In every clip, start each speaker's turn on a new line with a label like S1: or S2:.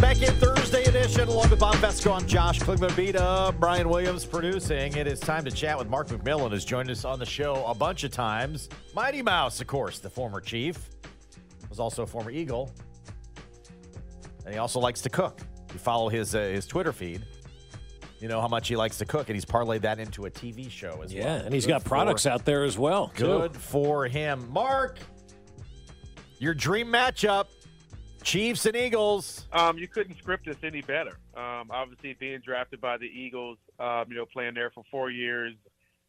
S1: Back in Thursday edition, along with Bob Fesco, I'm Josh Kligbabita, Brian Williams producing. It is time to chat with Mark McMillan, who's joined us on the show a bunch of times. Mighty Mouse, of course, the former chief, was also a former Eagle, and he also likes to cook. You follow his uh, his Twitter feed, you know how much he likes to cook, and he's parlayed that into a TV show as well.
S2: Yeah, and he's
S1: he's
S2: got products out there as well. too.
S1: Good for him. Mark, your dream matchup, Chiefs and Eagles.
S3: Um, you couldn't script this any better. Um, obviously, being drafted by the Eagles, um, you know, playing there for four years,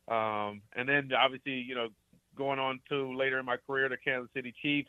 S3: um, and then obviously, you know, going on to later in my career the Kansas City Chiefs,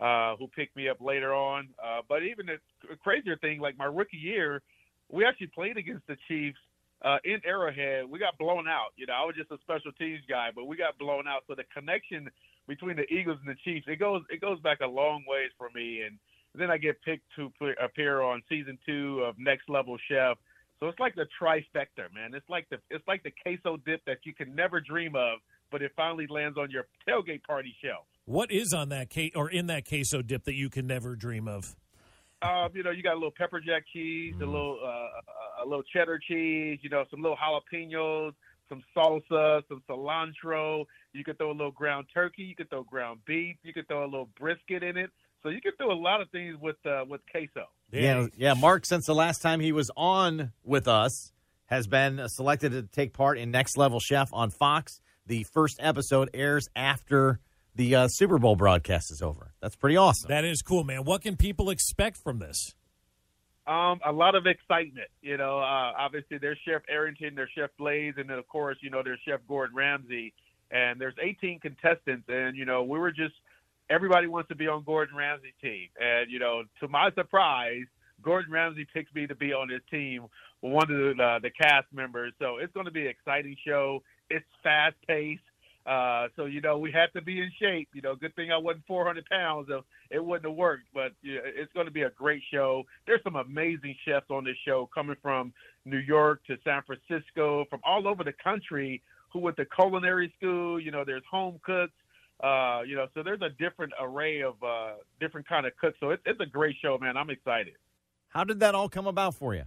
S3: uh, who picked me up later on. Uh, but even the c- crazier thing, like my rookie year, we actually played against the Chiefs uh, in Arrowhead. We got blown out. You know, I was just a special teams guy, but we got blown out. So the connection between the Eagles and the Chiefs, it goes it goes back a long ways for me, and then I get picked to pl- appear on season two of Next Level Chef. So it's like the trifecta, man. It's like the it's like the queso dip that you can never dream of, but it finally lands on your tailgate party shelf.
S4: What is on that case or in that queso dip that you can never dream of?
S3: Um, you know, you got a little pepper jack cheese, a little uh, a little cheddar cheese, you know, some little jalapenos, some salsa, some cilantro. You could throw a little ground turkey, you could throw ground beef, you could throw a little brisket in it. So you could do a lot of things with uh, with queso.
S1: Yeah, yeah. Mark, since the last time he was on with us, has been selected to take part in Next Level Chef on Fox. The first episode airs after the uh, Super Bowl broadcast is over. That's pretty awesome.
S4: That is cool, man. What can people expect from this?
S3: Um, a lot of excitement, you know. Uh, obviously, there's Chef Arrington, there's Chef Blaze, and then of course, you know, there's Chef Gordon Ramsay, and there's 18 contestants, and you know, we were just everybody wants to be on Gordon Ramsay's team, and you know, to my surprise, Gordon Ramsay picks me to be on his team, one of the uh, the cast members. So it's going to be an exciting show. It's fast paced. Uh, so you know we had to be in shape. You know, good thing I wasn't 400 pounds. Of it wouldn't have worked. But you know, it's going to be a great show. There's some amazing chefs on this show coming from New York to San Francisco, from all over the country. Who went to culinary school? You know, there's home cooks. Uh, you know, so there's a different array of uh, different kind of cooks. So it's, it's a great show, man. I'm excited.
S1: How did that all come about for you?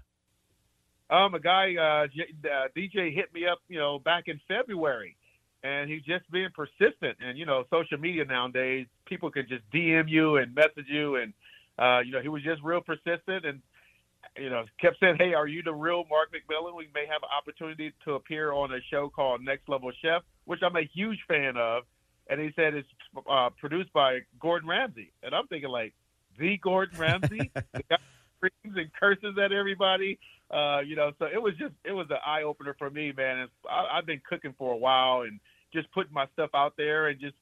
S3: Um, a guy, uh, J- uh, DJ, hit me up, you know, back in February, and he's just being persistent. And you know, social media nowadays, people can just DM you and message you, and uh, you know, he was just real persistent and you know kept saying, "Hey, are you the real Mark McMillan? We may have an opportunity to appear on a show called Next Level Chef, which I'm a huge fan of." And he said it's uh, produced by Gordon Ramsay, and I'm thinking like the Gordon Ramsay, the guy who screams and curses at everybody uh, you know, so it was just it was an eye opener for me, man. It's, I, I've been cooking for a while and just putting my stuff out there and just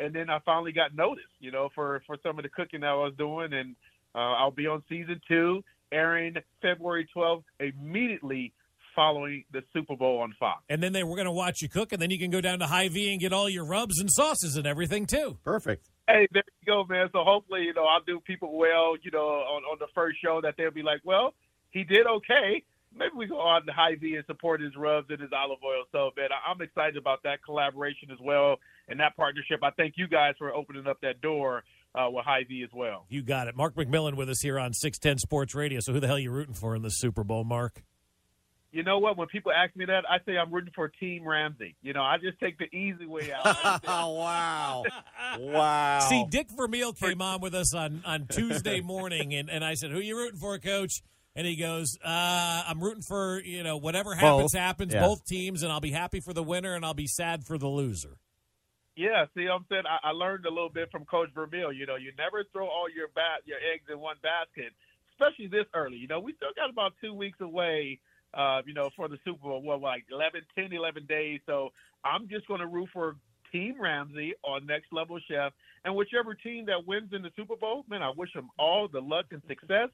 S3: and then I finally got noticed, you know, for for some of the cooking that I was doing, and uh, I'll be on season two, airing February 12th, immediately following the Super Bowl on Fox.
S4: And then they were going to watch you cook, and then you can go down to High V and get all your rubs and sauces and everything too.
S1: Perfect.
S3: Hey, there you go, man. So hopefully, you know, I'll do people well, you know, on, on the first show that they'll be like, well, he did okay. Maybe we go on to high V and support his rubs and his olive oil. So, man, I- I'm excited about that collaboration as well and that partnership. I thank you guys for opening up that door uh, with high V as well.
S4: You got it. Mark McMillan with us here on 610 Sports Radio. So who the hell you rooting for in the Super Bowl, Mark?
S3: You know what? When people ask me that, I say I'm rooting for Team Ramsey. You know, I just take the easy way out.
S1: Oh wow, wow.
S4: See, Dick Vermeil came on with us on, on Tuesday morning, and, and I said, Who you rooting for, coach? And he goes, uh, I'm rooting for, you know, whatever happens,
S1: Both.
S4: happens,
S1: Yeah.
S4: both teams, and I'll be happy for the winner and I'll be sad for the loser.
S3: yeah, see, what I'm saying I, I learned a little bit from Coach Vermeil. You know, you never throw all your bat your eggs in one basket, especially this early. You know, we still got about two weeks away uh, you know, for the Super Bowl, well, like 11, 10, 11 days. So I'm just going to root for Team Ramsey on Next Level Chef. And whichever team that wins in the Super Bowl, man, I wish them all the luck and success.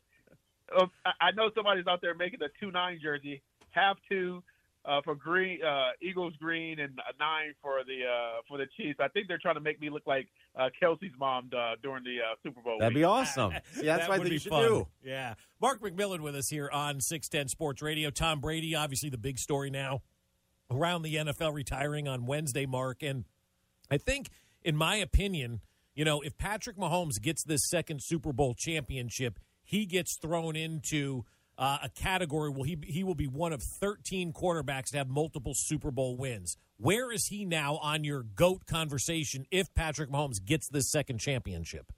S3: Uh, I- I know somebody's out there making a 2 9 jersey, have to. Uh, for green, uh, Eagles green, and a nine for the uh, for the Chiefs. I think they're trying to make me look like uh, Kelsey's mom uh, during the uh, Super Bowl.
S1: That'd
S3: week.
S1: be awesome. See, that's
S2: That
S1: what I
S2: would
S1: think
S2: be
S1: you should
S2: fun.
S1: do.
S2: Yeah. Mark McMillan with us here on 610 Sports Radio. Tom Brady, obviously the big story now around the NFL retiring on Wednesday, Mark. And I think, in my opinion, you know, if Patrick Mahomes gets this second Super Bowl championship, he gets thrown into uh, a category where he he will be one of 13 quarterbacks to have multiple Super Bowl wins. Where is he now on your goat conversation if Patrick Mahomes gets this second championship?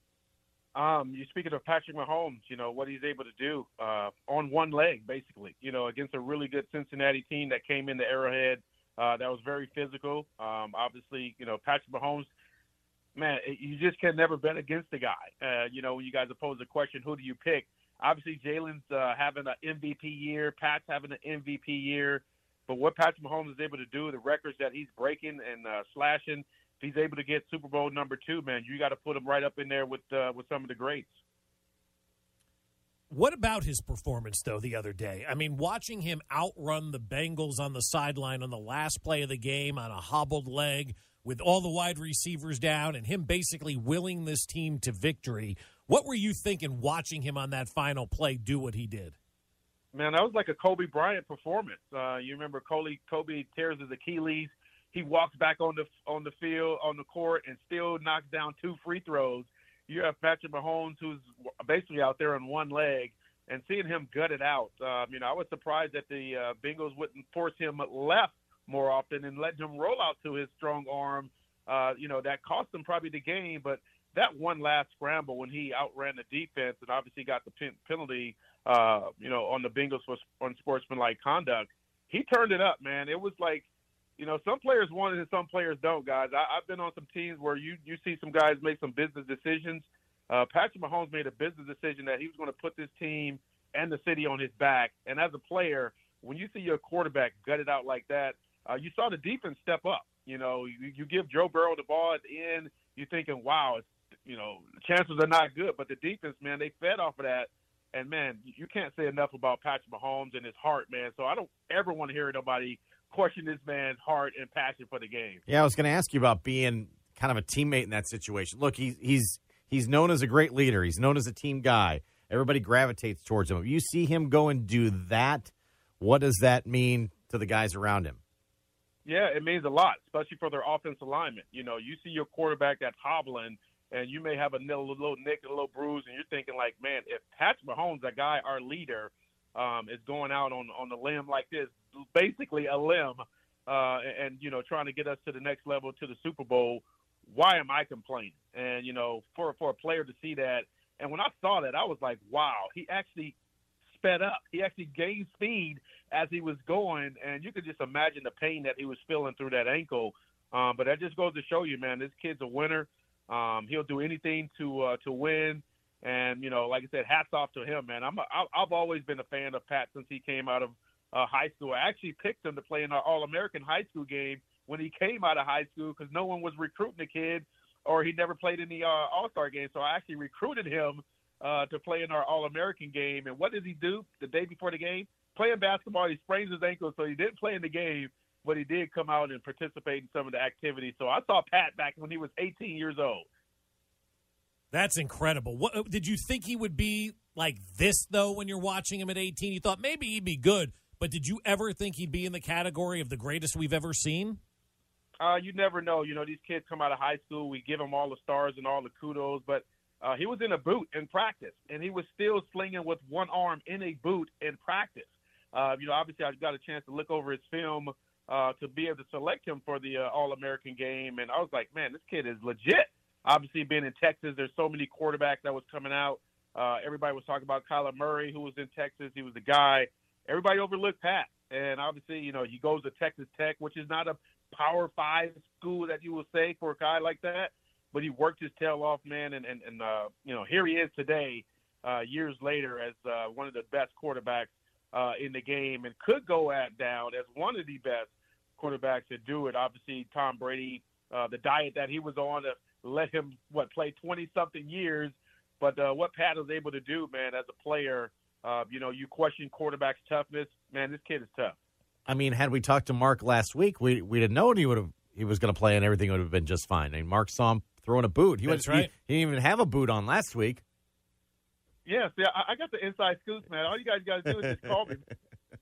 S3: Um, you speaking of Patrick Mahomes, you know what he's able to do uh, on one leg, basically. You know, against a really good Cincinnati team that came in the Arrowhead, uh, that was very physical. Um, obviously, you know Patrick Mahomes, man, it- you just can never bet against the guy. Uh, you know, when you guys pose the question, who do you pick? Obviously, Jalen's uh, having an MVP year, Pat's having an MVP year, but what Patrick Mahomes is able to do, the records that he's breaking and uh, slashing if he's able to get Super Bowl number two, man, you got to put him right up in there with uh, with some of the greats.
S2: What about his performance though the other day? I mean, watching him outrun the Bengals on the sideline on the last play of the game on a hobbled leg with all the wide receivers down and him basically willing this team to victory. What were you thinking watching him on that final play do what he did?
S3: Man, that was like a Kobe Bryant performance. Uh, you remember Kobe? Kobe tears his Achilles. He walks back on the on the field on the court and still knocks down two free throws. You have Patrick Mahomes, who's basically out there on one leg, and seeing him gut it out. Um, you know, I was surprised that the uh, Bengals wouldn't force him left more often and let him roll out to his strong arm. Uh, you know, that cost him probably the game, but that one last scramble when he outran the defense and obviously got the pen- penalty uh, you know, on the Bengals for on sportsmanlike conduct. He turned it up, man. It was like, you know, some players want it and some players don't, guys. I, I've been on some teams where you you see some guys make some business decisions. Uh, Patrick Mahomes made a business decision that he was going to put this team and the city on his back. And as a player, when you see your quarterback gutted out like that, uh, you saw the defense step up. You know, you, you give Joe Burrow the ball at the end, you're thinking, wow, it's, you know, chances are not good. But the defense, man, they fed off of that. And man, you can't say enough about Patrick Mahomes and his heart, man. So I don't ever want to hear nobody question this man's heart and passion for the game.
S1: Yeah, I was going to ask you about being kind of a teammate in that situation. Look, he's he's he's known as a great leader. He's known as a team guy. Everybody gravitates towards him. If you see him go and do that, what does that mean to the guys around him?
S3: Yeah, it means a lot, especially for their offensive linemen. You know, you see your quarterback that's hobbling, and you may have a little, little nick, a little bruise, and you're thinking like, man, if Patrick Mahomes, that guy, our leader, um, is going out on on the limb like this, basically a limb, uh, and, and you know, trying to get us to the next level, to the Super Bowl. Why am I complaining? And you know, for for a player to see that, and when I saw that, I was like, wow, he actually sped up. He actually gained speed as he was going, and you could just imagine the pain that he was feeling through that ankle. Um, but that just goes to show you, man, this kid's a winner. Um, he'll do anything to uh, to win, and you know, like I said, hats off to him, man. I'm a, I- I've always been a fan of Pat since he came out of uh, high school. I actually picked him to play in our All American high school game when he came out of high school because no one was recruiting the kid, or he never played in the uh, All Star game. So I actually recruited him uh, to play in our All American game. And what does he do the day before the game? playing basketball. He sprains his ankle, so he didn't play in the game, but he did come out and participate in some of the activities. So I saw Pat back when he was 18 years old.
S2: That's incredible. What uh, did you think he would be like this though when you're watching him at 18? You thought maybe he'd be good, but did you ever think he'd be in the category of the greatest we've ever seen?
S3: Uh, you never know. You know, these kids come out of high school. We give them all the stars and all the kudos, but uh, he was in a boot in practice, and he was still slinging with one arm in a boot in practice. Uh, you know, obviously, I got a chance to look over his film uh, to be able to select him for the uh, All American game, and I was like, man, this kid is legit. Obviously, being in Texas, there's so many quarterbacks that was coming out. Uh, everybody was talking about Kyler Murray, who was in Texas. He was the guy. Everybody overlooked Pat, and obviously, you know, he goes to Texas Tech, which is not a power five school that you will say for a guy like that. But he worked his tail off, man, and and, and uh, you know here he is today, uh, years later as uh, one of the best quarterbacks uh, in the game and could go at down as one of the best quarterbacks to do it. Obviously, Tom Brady, uh, the diet that he was on, uh, let him what play twenty something years. But uh, what Pat was able to do, man, as a player, uh, you know, you question quarterback's toughness. Man, this kid is tough.
S5: I mean, had we talked to Mark last week, we we'd have known he would have he was going to play and everything would have been just fine. I mean, Mark saw him throwing a boot. He,
S4: That's
S5: went- he-
S4: right.
S5: he didn't even have a boot on last week.
S3: Yes, yeah, I, I got the inside scoops, man. All you guys got to do is just call me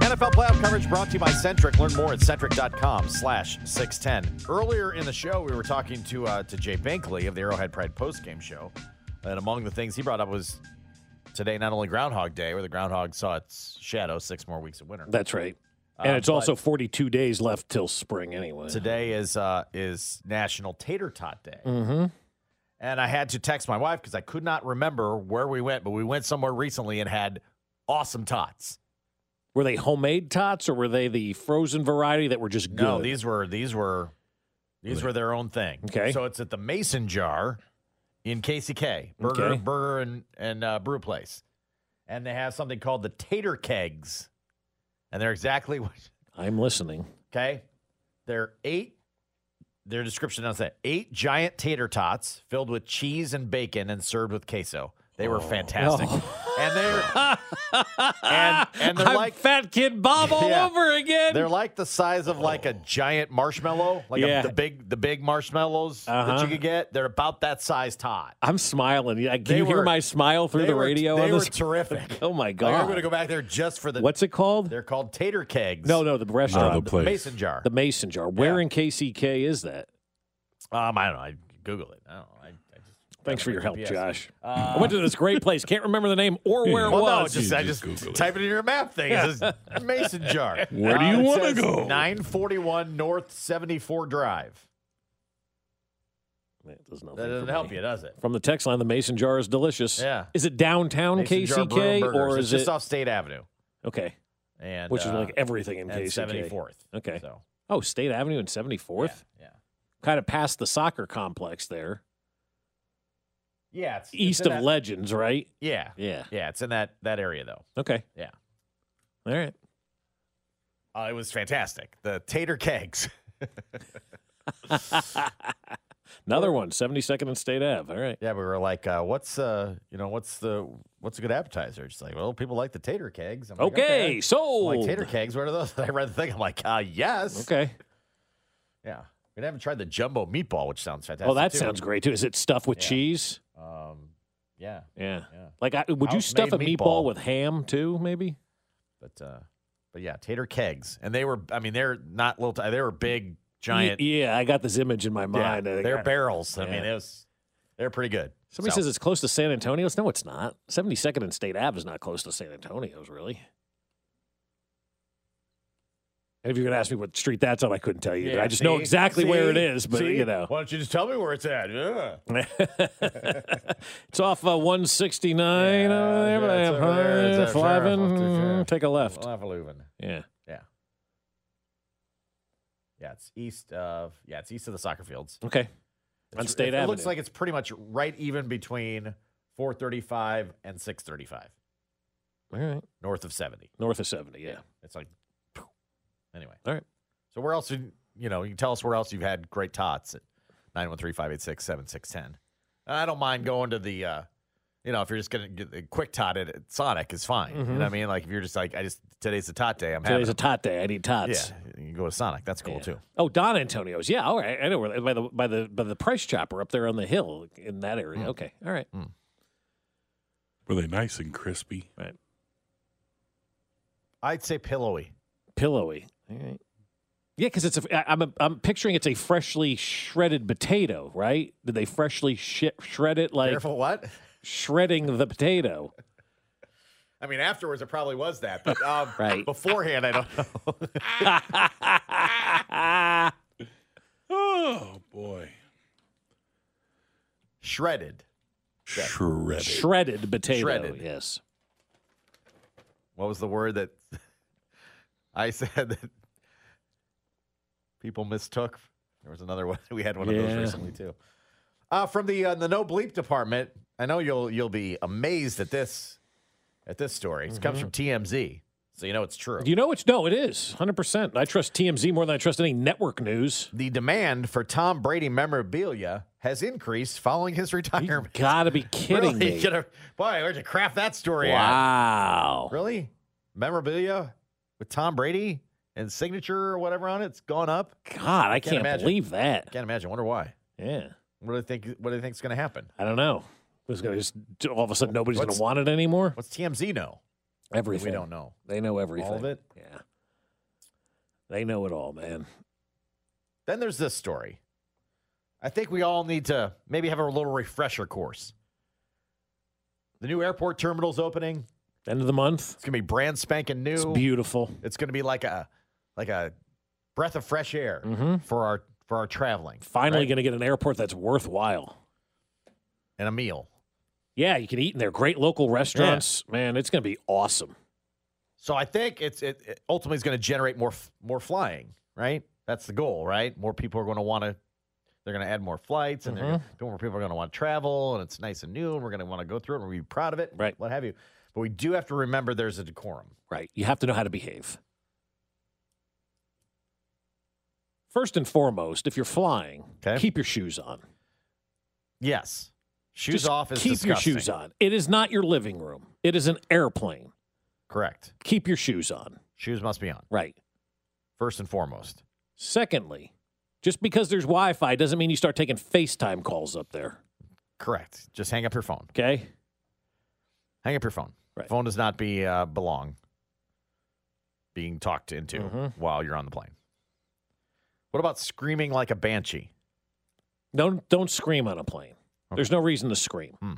S1: NFL playoff coverage brought to you by Centric. Learn more at centric.com slash 610. Earlier in the show, we were talking to uh, to Jay Binkley of the Arrowhead Pride postgame show. And among the things he brought up was today not only Groundhog Day, where the groundhog saw its shadow six more weeks of winter.
S2: That's right. And
S1: Um,
S2: it's also
S1: but
S2: 42 days left till spring anyway.
S1: today is uh, is National Tater Tot Day.
S2: Mm-hmm.
S1: And I had to text my wife because I could not remember where we went, but we went somewhere recently and had awesome tots.
S2: Were they homemade tots or were they the frozen variety that were just good?
S1: No, these were these were these were their own thing.
S2: Okay.
S1: So it's at the Mason Jar in KCK Burger
S2: Okay.
S1: Burger and and uh, Brew Place, and they have something called the Tater Kegs, and they're exactly what.
S2: I'm listening.
S1: Okay, they're eight. Their description does that eight giant tater tots filled with cheese and bacon and served with queso. They
S2: Oh.
S1: were fantastic, and they're and and they're
S2: I'm
S1: like
S2: Fat Kid Bob all
S1: Yeah.
S2: over again.
S1: They're like the size of like a giant marshmallow, like a-
S2: Yeah.
S1: the big the big marshmallows that
S2: Uh-huh.
S1: you could get. They're about that size tot.
S2: I'm smiling. I, can
S1: They
S2: you
S1: were-
S2: hear my smile through
S1: They
S2: the
S1: were-
S2: radio
S1: They
S2: on
S1: were
S2: this?
S1: terrific.
S2: oh my god!
S1: Like, I'm gonna go back there just for the.
S2: What's it called?
S1: They're called tater kegs.
S2: No, no, the restaurant,
S6: the
S2: the,
S6: place.
S1: mason jar.
S2: the Mason Jar. Where in KCK is that?
S1: um, I don't know. I Google it. I don't know. I, I just,
S2: Thanks for your help,
S1: GPS.
S2: Josh.
S1: Uh,
S2: I went to this great place. Can't remember the name or where it
S1: well, no,
S2: was.
S1: just I
S6: You
S1: just
S6: just Google it.
S1: type it in your map thing. It says mason jar. Uh,
S6: Where do you
S1: it
S6: wanna
S1: says
S6: go?
S1: 941 North 74 Drive.
S2: That doesn't
S1: That doesn't help you, does it?
S2: From the text line, the Mason Jar is delicious.
S1: Yeah.
S2: Is it downtown
S1: Mason Jar Brew and
S2: KCK
S1: Burgers.
S2: or
S1: It's
S2: is
S1: just
S2: it
S1: off State Avenue?
S2: okay?
S1: and
S2: Which is
S1: uh,
S2: like everything in
S1: and
S2: KCK.
S1: 74th.
S2: Okay.
S1: So
S2: Oh, State Avenue and 74th,
S1: yeah,
S2: kind of past the soccer complex there,
S1: yeah, yeah. It's, it's
S2: east
S1: in
S2: of
S1: that-
S2: Legends, right?
S1: yeah,
S2: Yeah.
S1: yeah. It's in that that area though.
S2: Okay.
S1: Yeah.
S2: All right.
S1: Uh, it was fantastic. The tater kegs.
S2: Another one, 72nd and State Ave. All right.
S1: Yeah, we were like, uh, what's uh, you know, what's the what's a good appetizer? Just like, well, people like the tater kegs. I'm like,
S2: Okay,
S1: I'm
S2: so
S1: like tater kegs. What are those? I read the thing. I'm like, uh, yes.
S2: Okay.
S1: Yeah. We haven't tried the jumbo meatball, which sounds fantastic.
S2: oh, that
S1: too.
S2: sounds great too. Is it stuffed with
S1: Yeah.
S2: cheese?
S1: Um, yeah,
S2: Yeah.
S1: yeah.
S2: Like, I, would you stuff a
S1: House-made
S2: meatball.
S1: meatball.
S2: with ham too? Maybe.
S1: But uh, but yeah, tater kegs, and they were. I mean, they're not little. T- they were big, giant.
S2: Y- yeah, I got this image in my mind. I
S1: Yeah,
S2: think,
S1: they're
S2: I-
S1: barrels. I
S2: yeah.
S1: mean, it was, they're pretty good.
S2: Somebody
S1: So,
S2: says it's close to San Antonio's. No, it's not. 72nd and State Ave is not close to San Antonio's, really. And if you're going to ask me what street that's on, I couldn't tell you.
S1: yeah,
S2: I just know
S1: see?
S2: exactly where it
S1: See?
S2: is, but
S1: See?
S2: you know.
S1: Why don't you just tell me where it's at? Yeah.
S2: it's off uh, 169.
S1: Yeah,
S2: over there,
S1: yeah,
S2: but
S1: it's over there. It's
S2: uh,
S1: up there.
S2: Flavin,
S1: Off to-
S2: mm,
S1: yeah.
S2: Take a left.
S1: Lavaluvin.
S2: Yeah.
S1: Yeah. Yeah, it's east of yeah, it's east of the soccer fields.
S2: Okay. On
S1: It's- it,
S2: State Avenue.
S1: It looks like it's pretty much right even between 435 and 635,
S2: All right.
S1: north of 70.
S2: North of 70. Yeah.
S1: It's like phew. anyway.
S2: All right.
S1: So where else? did- You know, you can tell us where else you've had great tots. 913 586 7610. I don't mind going to the, uh, you know, if you're just going to get the quick tot at at Sonic, is fine. You know what I mean? Like, if you're just like, I just, today's the tot day. I'm
S2: Mm-hmm. Today's a
S1: having
S2: tot day. I need
S1: it.
S2: tots.
S1: Yeah. You can go to Sonic. That's cool, too.
S2: Oh, Don Antonio's. Yeah, all right. I know where by the by the by the price chopper up there on the hill in that
S1: Hmm.
S2: area. Okay, all right.
S6: Were they nice and crispy?
S1: I'd say pillowy.
S2: Pillowy. All right. Yeah, because it's a. I- I'm a, I'm picturing it's a freshly shredded potato, right? Did they freshly sh- shred it like
S1: Careful, what?
S2: shredding the potato?
S1: I mean, afterwards, it probably was that. But um,
S2: Right.
S1: beforehand, I don't know.
S6: Oh boy,
S1: Shredded.
S6: shredded.
S2: shredded potato.
S1: Shredded.
S2: Yes.
S1: What was the word that I said that people mistook? There was another one. We had one of those
S2: Yeah.
S1: recently too. Uh, from the uh, the no bleep department. I know you'll you'll be amazed at this at this story. It comes from TMZ, so you know it's true.
S2: Mm-hmm. You know it's no, it is hundred percent. I trust TMZ more than I trust any network news.
S1: the demand for Tom Brady memorabilia has increased following his
S2: You
S1: retirement.
S2: gotta be kidding
S1: really?
S2: me!
S1: Gonna- boy, where'd you craft that story at?
S2: Wow.
S1: Really? Memorabilia with Tom Brady and signature or whatever on it? It's gone up.
S2: God, I
S1: Can't
S2: can't,
S1: imagine.
S2: believe that.
S1: Can't imagine. Wonder why.
S2: Yeah.
S1: What do they think? What do they think's going to happen?
S2: I don't know. It's gonna just all of a sudden nobody's
S1: What's-
S2: gonna want it anymore.
S1: What's TMZ know?
S2: Everything
S1: We don't know.
S2: They know everything.
S1: All of it?
S2: Yeah. They know it all, man.
S1: Then there's this story. I think we all need to maybe have a little refresher course. The new airport terminal's opening.
S2: End of the month.
S1: It's going to be brand spanking new.
S2: It's beautiful.
S1: It's going to be like a like a breath of fresh air for our for our traveling
S2: Mm. Finally,
S1: Mm-hmm. Right.
S2: gonna get an airport that's worthwhile.
S1: and a meal.
S2: Yeah, you can eat in there. Great local restaurants. Man, it's gonna be awesome.
S1: So I think it's it, it ultimately is going to generate more f- more flying, right? That's the goal, right? More people are going to want to. They're going to add more flights, and they're gonna,
S2: Mm-hmm.
S1: more people are going to want to travel, and it's nice and new, and we're going to want to go through it, and we're gonna be proud of it,
S2: Right.
S1: What have you? But we do have to remember there's a decorum.
S2: Right. You have to know how to behave. First and foremost, if you're flying,
S1: Okay.
S2: keep your shoes on.
S1: Yes, shoes
S2: Just
S1: off is
S2: keep
S1: disgusting.
S2: your shoes on. It is not your living room. It is an airplane.
S1: Correct.
S2: Keep your shoes on.
S1: Shoes must be on
S2: Right.
S1: first and foremost.
S2: Secondly, just because there's Wi-Fi doesn't mean you start taking FaceTime calls up there.
S1: Correct. Just hang up your phone.
S2: Okay.
S1: Hang up your phone.
S2: Right.
S1: Phone does not be uh, belong being talked into
S2: Mm-hmm.
S1: while you're on the plane. What about screaming like a banshee?
S2: Don't don't scream on a plane. There's no reason to scream.
S1: Hmm.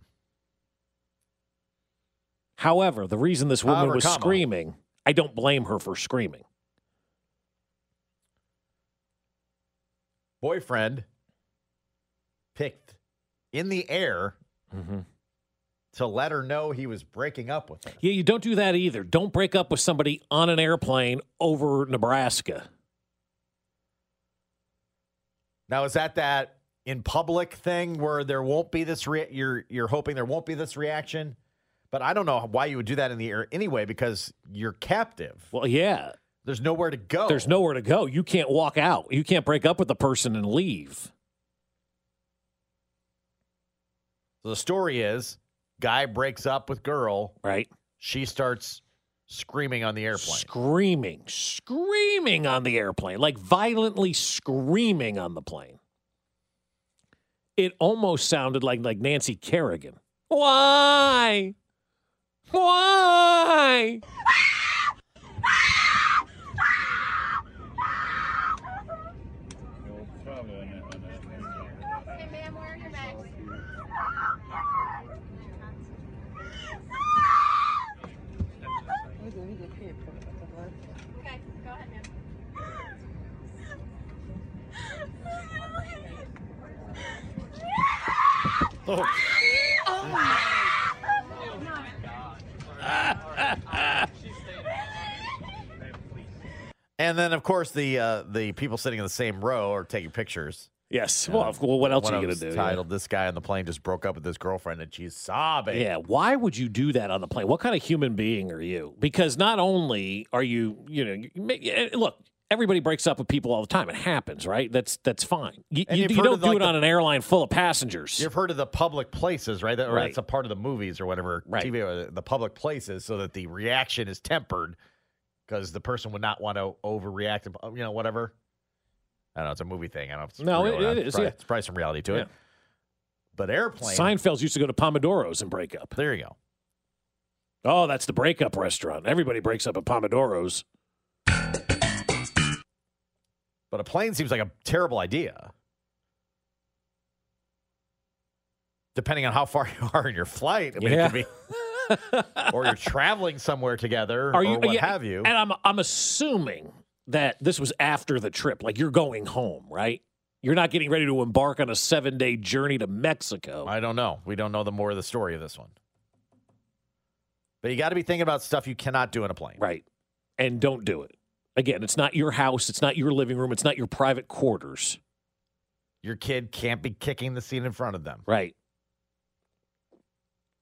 S2: However, the reason this woman
S1: However,
S2: was
S1: comma.
S2: screaming, I don't blame her for screaming.
S1: Boyfriend picked in the air Mm-hmm. to let her know he was breaking up with her.
S2: Yeah, you don't do that either. Don't break up with somebody on an airplane over Nebraska.
S1: Now is that that in public thing where there won't be this re- you're you're hoping there won't be this reaction? But I don't know why you would do that in the air anyway because you're captive.
S2: Well, yeah.
S1: There's nowhere to go.
S2: There's nowhere to go. You can't walk out. You can't break up with the person and leave.
S1: So the story is guy breaks up with girl,
S2: Right?
S1: she starts screaming on the airplane.
S2: Screaming, screaming on the airplane, like violently screaming on the plane. It almost sounded like like Nancy Kerrigan. Why? Why?
S7: Hey, ma'am, where are your bags? Okay, go ahead, ma'am.
S1: And then of course the uh, the people sitting in the same row are taking pictures.
S2: Yes. Well, of- well, what else
S1: One
S2: are
S1: of
S2: you gonna
S1: them's
S2: do? Yeah.
S1: Titled "This guy on the plane just broke up with his girlfriend and she's sobbing."
S2: Yeah, why would you do that on the plane? What kind of human being are you? Because not only are you, you know, you may, eh, look, everybody breaks up with people all the time. It happens, right? That's that's fine. You,
S1: And
S2: you,
S1: you've
S2: you
S1: heard
S2: don't
S1: of,
S2: do
S1: like,
S2: it
S1: the-
S2: on an airline full of passengers.
S1: You've heard of the public places, right? That, or
S2: Right.
S1: That's a part of the movies or whatever,
S2: Right.
S1: TV or the- the public places, so that the reaction is tempered because the person would not want to overreact, uh, you know, whatever. I don't know. It's a movie thing. I don't know if it's
S2: No,
S1: real
S2: it-
S1: or not.
S2: it
S1: It's
S2: is,
S1: Probably,
S2: yeah.
S1: It's probably some reality to
S2: Yeah.
S1: it. But airplane.
S2: Seinfeld's used to go to Pomodoro's and break up.
S1: There you go.
S2: Oh, that's the breakup restaurant. Everybody breaks up at Pomodoro's.
S1: But a plane seems like a terrible idea. Depending on how far you are in your flight, I mean,
S2: Yeah.
S1: it could be, or you're traveling somewhere together,
S2: Are you?
S1: or what
S2: yeah,
S1: have you.
S2: And I'm I'm assuming that this was after the trip. Like you're going home, right? You're not getting ready to embark on a seven day journey to Mexico.
S1: I don't know. We don't know the more of the story of this one. But you got to be thinking about stuff you cannot do in a plane.
S2: Right. And don't do it. Again, it's not your house. It's not your living room. It's not your private quarters.
S1: Your kid can't be kicking the seat in front of them.
S2: Right.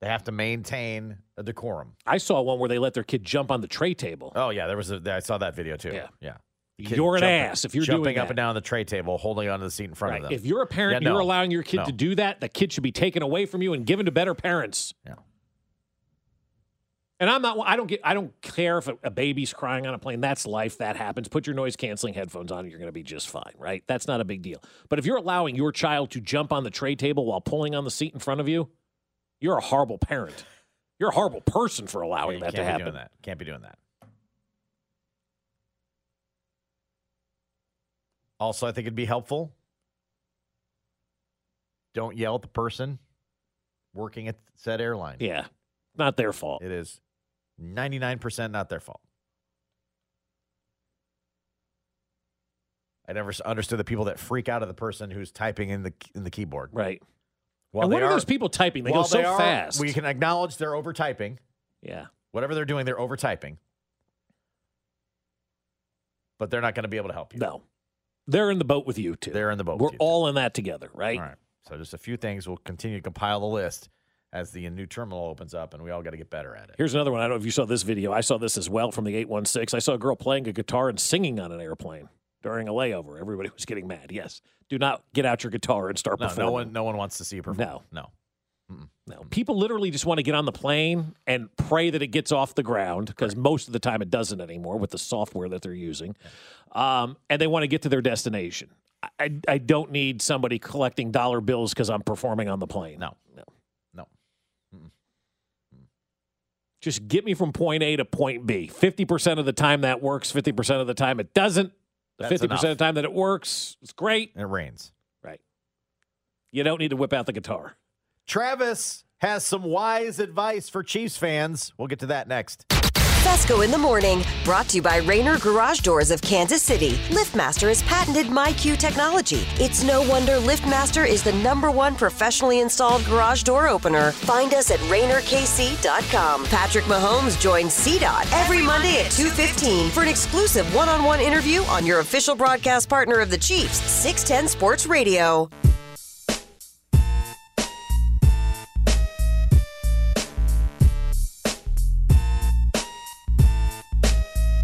S1: They have to maintain a decorum.
S2: I saw one where they let their kid jump on the tray table.
S1: Oh yeah, there was a. I saw that video too.
S2: Yeah.
S1: yeah. The kid
S2: you're an
S1: jumping-
S2: ass if you're
S1: jumping
S2: doing
S1: up
S2: that.
S1: and down the tray table, holding onto the seat in front
S2: Right.
S1: of them.
S2: If you're a parent,
S1: Yeah,
S2: you're
S1: no.
S2: allowing your kid
S1: No.
S2: to do that. The kid should be taken away from you and given to better parents.
S1: Yeah.
S2: And I'm not. I don't get. I don't care if a, a baby's crying on a plane. That's life. That happens. Put your noise canceling headphones on. and You're going to be just fine. Right. That's not a big deal. But if you're allowing your child to jump on the tray table while pulling on the seat in front of you, you're a horrible parent. You're a horrible person for allowing
S1: you
S2: that
S1: can't
S2: to
S1: be
S2: happen.
S1: doing that. Can't be doing that. Also, I think it'd be helpful. Don't yell at the person working at said airline.
S2: Yeah. Not their fault.
S1: It is 99% not their fault. I never s- understood the people that freak out of the person who's typing in the in the keyboard.
S2: Right.
S1: While
S2: and what
S1: they
S2: are,
S1: are-
S2: those people typing? They go
S1: while
S2: so
S1: are-
S2: fast.
S1: We can acknowledge they're over typing.
S2: yeah.
S1: Whatever they're doing, they're over typing. But they're not going to be able to help you.
S2: No. They're in the boat with you too.
S1: They're in the boat.
S2: We're
S1: with you.
S2: all in that together, right?
S1: All right. So just a few things. We'll continue to compile the list as the new terminal opens up, and we all got to get better at it.
S2: Here's another one. I don't know if you saw this video. I saw this as well from the 816. I saw a girl playing a guitar and singing on an airplane during a layover. Everybody was getting mad. Yes. Do not get out your guitar and start
S1: no,
S2: performing.
S1: no one, no one wants to see you perform.
S2: No.
S1: no.
S2: No. People literally just want to get on the plane and pray that it gets off the ground because most of the time it doesn't anymore with the software that they're using. Um, and they want to get to their destination. I- I, I don't need somebody collecting dollar bills because I'm performing on the plane.
S1: No. No.
S2: Just get me from point A to point B. 50% of the time that works, 50% of the time it doesn't. The
S1: That's
S2: 50% of the time that it works, it's great.
S1: And it rains.
S2: You don't need to whip out the guitar.
S1: Travis has some wise advice for Chiefs fans. We'll get to that next.
S8: Fesco in the morning, brought to you by Rainer Garage Doors of Kansas City. LiftMaster has patented MyQ technology. It's no wonder LiftMaster is the number one professionally installed garage door opener. Find us at RainerKC.com. Patrick Mahomes joins CDOT every Monday at 2:15 for an exclusive one-on-one interview on your official broadcast partner of the Chiefs, 610 Sports Radio.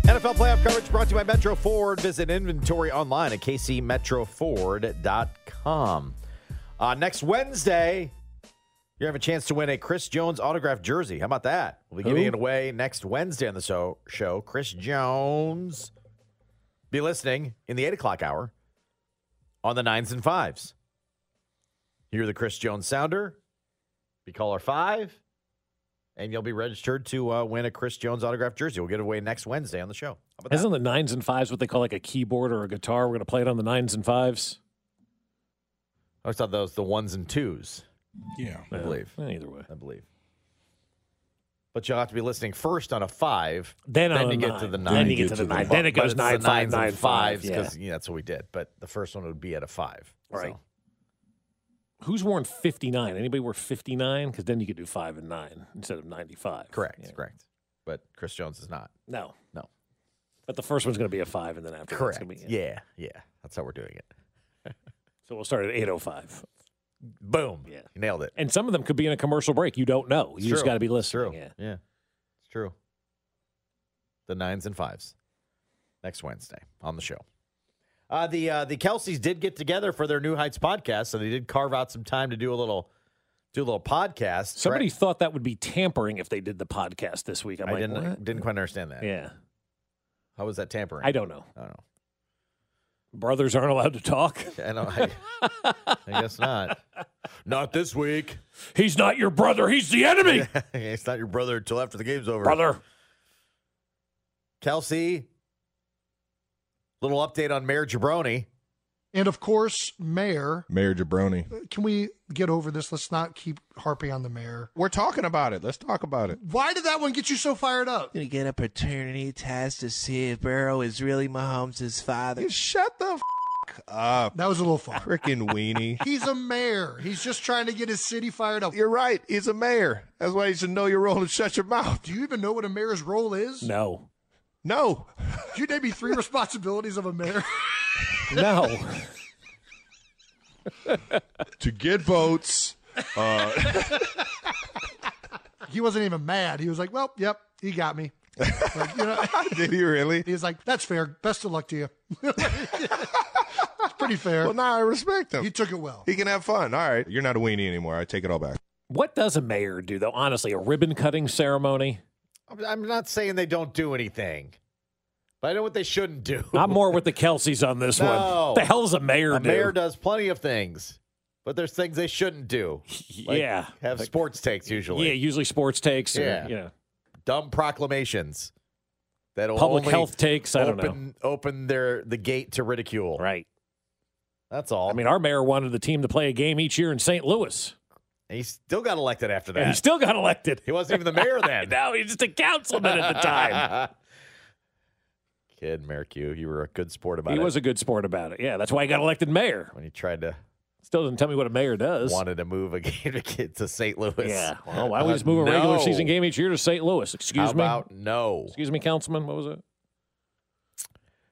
S1: NFL playoff coverage brought to you by Metro Ford. Visit inventory online at kcmetroford.com. Uh, next Wednesday, you have a chance to win a Chris Jones autographed jersey. How about that? We'll be giving
S2: Who?
S1: it away next Wednesday on the show. Show Chris Jones. Be listening in the eight o'clock hour on the nines and fives. Hear the Chris Jones sounder. Be caller five, and you'll be registered to uh, win a Chris Jones autographed jersey. We'll get it away next Wednesday on the show. How about that?
S2: Isn't the nines and fives what they call like a keyboard or a guitar? We're going to play it on the nines and fives.
S1: I always thought that was the ones and twos,
S6: Yeah.
S1: I believe.
S2: Eh, Either way.
S1: I believe. But you'll have to be listening first on a five.
S2: Then, on
S1: then
S2: a
S1: you get
S2: nine.
S1: to the nine.
S2: Then you get to the nine. Then it
S1: But
S2: goes
S1: it's the
S2: nine, five,
S1: nines
S2: nine,
S1: and fives
S2: five. Yeah.
S1: because yeah. that's what we did. But the first one would be at a five.
S2: Right.
S1: So,
S2: Who's worn 59? Anybody wear 59? Because then you could do five and nine instead of 95.
S1: correct.
S2: Yeah.
S1: Correct. But Chris Jones is not.
S2: No.
S1: No.
S2: But the first one's going to be a five, and then after that's gonna be,
S1: Yeah. Yeah. That's how we're doing it.
S2: So we'll start at 8.05.
S1: Boom.
S2: Yeah.
S1: You nailed it.
S2: And some of them could be in a commercial break. You don't know. You
S1: It's
S2: just
S1: true.
S2: got to be
S1: It's
S2: listening.
S1: True.
S2: Yeah.
S1: It's true. The nines and fives. next Wednesday on the show. Uh, the uh, the Kelseys did get together for their New Heights podcast, so they did carve out some time to do a little do a little podcast.
S2: Somebody
S1: Brett-
S2: thought that would be tampering if they did the podcast this week. I'm
S1: I
S2: like,
S1: didn't
S2: what?
S1: didn't quite understand that.
S2: yeah,
S1: How was that tampering?
S2: I don't know.
S1: I don't know.
S2: Brothers aren't allowed to talk.
S1: I, don't, I, I guess not. Not this week.
S2: He's not your brother. He's the enemy,
S1: it's not your brother until after the game's over.
S2: brother.
S1: Kelsey, little update on Mayor Jabroni.
S9: And of course, mayor.
S10: Mayor Jabroni.
S9: Can we get over this? Let's not keep harping on the mayor.
S10: We're talking about it. Let's talk about it.
S9: Why did that one get you so fired up?
S11: Gonna get a paternity test to see if Burrow is really Mahomes' father.
S10: You shut the f- up,
S9: That was a little far.
S10: freaking weenie.
S9: He's a mayor. He's just trying to get his city fired up.
S10: You're right. He's a mayor. That's why you should know your role and shut your mouth.
S9: Do you even know what a mayor's role is?
S2: No,
S10: No,
S9: Can you name me three responsibilities of a mayor?
S2: no.
S10: to get votes.
S9: He wasn't even mad. He was like, well, yep, he got me. Like, you know,
S10: Did he really?
S9: he was like, that's fair. Best of luck to you. it's pretty fair.
S10: Well, now I respect him.
S9: He took it well.
S10: He can have fun. All right. You're not a weenie anymore. I take it all back.
S2: What does a mayor do though? Honestly, a ribbon cutting ceremony.
S1: I'm- I'm not saying they don't do anything, but I know what they shouldn't do.
S2: I'm more with the Kelseys on this one.
S1: No.
S2: What the hell's a mayor
S1: a
S2: do?
S1: mayor does plenty of things, but there's things they shouldn't do. Like
S2: yeah,
S1: Have
S2: Like,
S1: sports takes usually.
S2: Yeah, usually sports takes. Or,
S1: Yeah.
S2: you know,
S1: Dumb proclamations that
S2: public health takes. I don't
S1: open,
S2: know.
S1: Open their the gate to ridicule.
S2: Right.
S1: That's all.
S2: I mean, our mayor wanted the team to play a game each year in St. Louis,
S1: he still got elected after
S2: and he
S1: that.
S2: still got elected.
S1: He wasn't even the mayor then.
S2: No, he's just a councilman at the time.
S1: Kid Mayor Q, you were a good sport about
S2: he
S1: it.
S2: was a good sport about it. Yeah, that's why he got elected mayor.
S1: when you tried to
S2: Still doesn't tell me what a mayor does.
S1: wanted to move a game to get to St. Louis.
S2: Yeah. Well, why don't we just move
S1: Uh,
S2: a regular
S1: no.
S2: season game each year to St. Louis? Excuse
S1: How
S2: me.
S1: about no?
S2: Excuse me, councilman. What was it?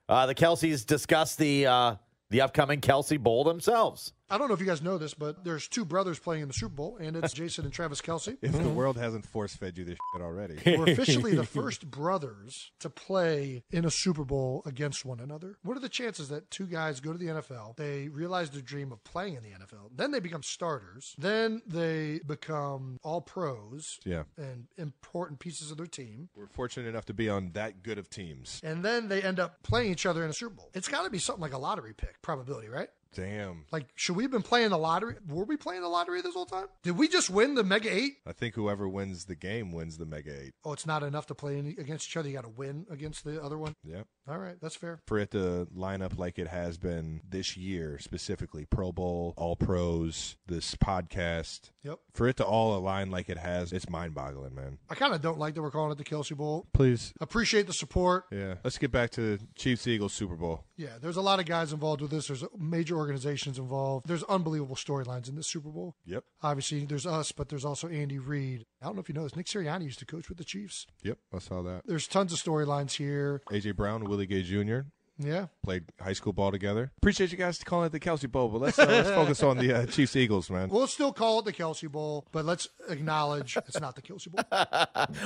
S1: Uh, the Kelseys discussed the uh, the upcoming Kelsey Bowl themselves.
S9: I don't know if you guys know this, but there's two brothers playing in the Super Bowl, and it's Jason and Travis Kelsey.
S10: If the world hasn't force fed you this shit already.
S9: We're officially the first brothers to play in a Super Bowl against one another. What are the chances that two guys go to the NFL, they realize their dream of playing in the NFL, then they become starters, then they become all pros
S10: Yeah.
S9: and important pieces of their team,
S10: We're fortunate enough to be on that good of teams.
S9: and then they end up playing each other in a Super Bowl? It's got to be something like a lottery pick probability, right?
S10: Damn.
S9: Like, should we have been playing the lottery? Were we playing the lottery this whole time? Did we just win the Mega Eight?
S10: I think whoever wins the game wins the Mega 8.
S9: Oh, it's not enough to play any, against each other. You got to win against the other one.
S10: Yep.
S9: All right, that's fair.
S10: For it to line up like it has been this year, specifically Pro Bowl, All Pros, this podcast,
S9: Yep.
S10: for it to all align like it has, it's mind boggling, man.
S9: I kind of don't like that we're calling it the Kelsey Bowl.
S10: Please.
S9: Appreciate the support.
S10: Yeah. Let's get back to Chiefs Eagles Super Bowl.
S9: Yeah, there's a lot of guys involved with this. There's major organizations involved. There's unbelievable storylines in this Super Bowl.
S10: Yep.
S9: Obviously, there's us, but there's also Andy Reid. I don't know if you know this. Nick Sirianni used to coach with the Chiefs.
S10: Yep. I saw that.
S9: There's tons of storylines here.
S10: AJ Brown, Willie Gay Jr.
S9: Yeah.
S10: played high school ball together. Appreciate you guys calling it the Kelsey Bowl, but let's, uh, let's focus on the uh, Chiefs Eagles, man.
S9: We'll still call it the Kelsey Bowl, but let's acknowledge it's not the Kelsey Bowl.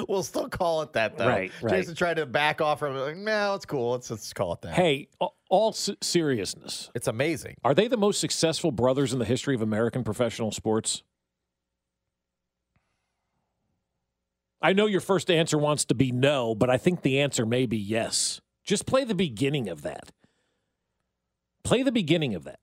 S1: we'll still call it that though.
S2: Right, right.
S1: Jason tried to back off from it. Like, no, it's cool. Let's let's call it that.
S2: Hey, a- all s- seriousness,
S1: it's amazing.
S2: are they the most successful brothers in the history of American professional sports? I know your first answer wants to be no, but I think the answer may be yes. Just play the beginning of that. Play the beginning of that.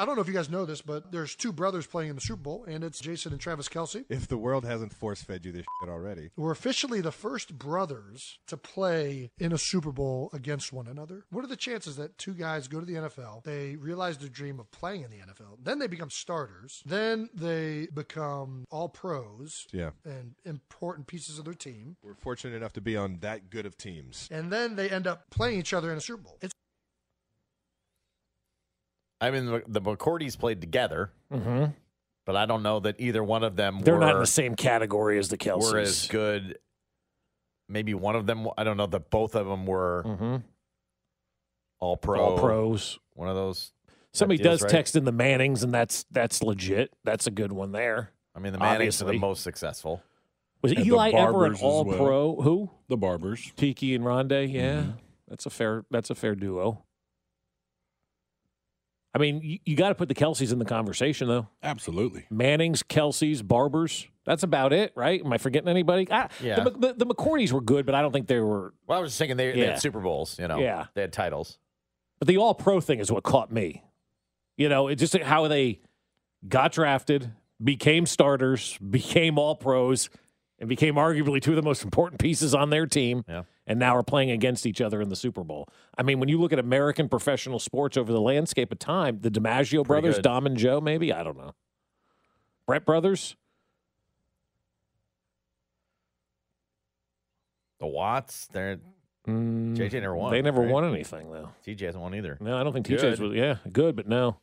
S9: I don't know if you guys know this, but there's two brothers playing in the Super Bowl, and it's Jason and Travis Kelsey.
S10: If the world hasn't force fed you this shit already,
S9: We're officially the first brothers to play in a Super Bowl against one another. What are the chances that two guys go to the NFL, they realize their dream of playing in the NFL, then they become starters, then they become all pros
S10: yeah,
S9: and important pieces of their team,
S10: we're fortunate enough to be on that good of teams.
S9: and then they end up playing each other in a Super Bowl? It's
S1: I mean, the, the McCourties played together,
S2: Mm-hmm.
S1: but I don't know that either one of them
S2: They're
S1: were,
S2: not in the same category as the Kelseys.
S1: were as good. Maybe one of them. I don't know that both of them were
S2: hmm
S1: all pro.
S2: All pros.
S1: One of those.
S2: Somebody
S1: deals
S2: does
S1: right.
S2: text in the Mannings, and that's that's legit. That's a good one there.
S1: I mean, the Mannings are the
S2: Obviously.
S1: most successful.
S2: Was
S6: And the
S2: Eli ever an
S6: Barbers as
S2: All
S6: well.
S2: Pro? Who?
S6: The Barbers.
S2: Tiki and Rondé. Yeah. That's a fair. That's a fair duo. I mean, you, you got to put the Kelseys in the conversation, though.
S6: Absolutely.
S2: Mannings, Kelseys, Barbers. That's about it, right? Am I forgetting anybody? Ah,
S1: Yeah.
S2: The, the, the McCourties were good, but I don't think they were.
S1: Well, I was just thinking they, they
S2: Yeah.
S1: had Super Bowls, you know.
S2: Yeah.
S1: They had titles.
S2: But the All Pro thing is what caught me. You know, it's just how they got drafted, became starters, became All Pros, and became arguably two of the most important pieces on their team.
S1: Yeah.
S2: And now are playing against each other in the Super Bowl. I mean, when you look at American professional sports over the landscape of time, the DiMaggio brothers,
S1: good.
S2: Dom and Joe, maybe I don't know, Brett brothers,
S1: The Watts, they're
S2: Mm,
S1: JJ never won.
S2: They never
S1: right?
S2: won anything though.
S1: TJ hasn't won either.
S2: No, I don't think
S1: Good.
S2: TJ's was. Yeah, good, but no.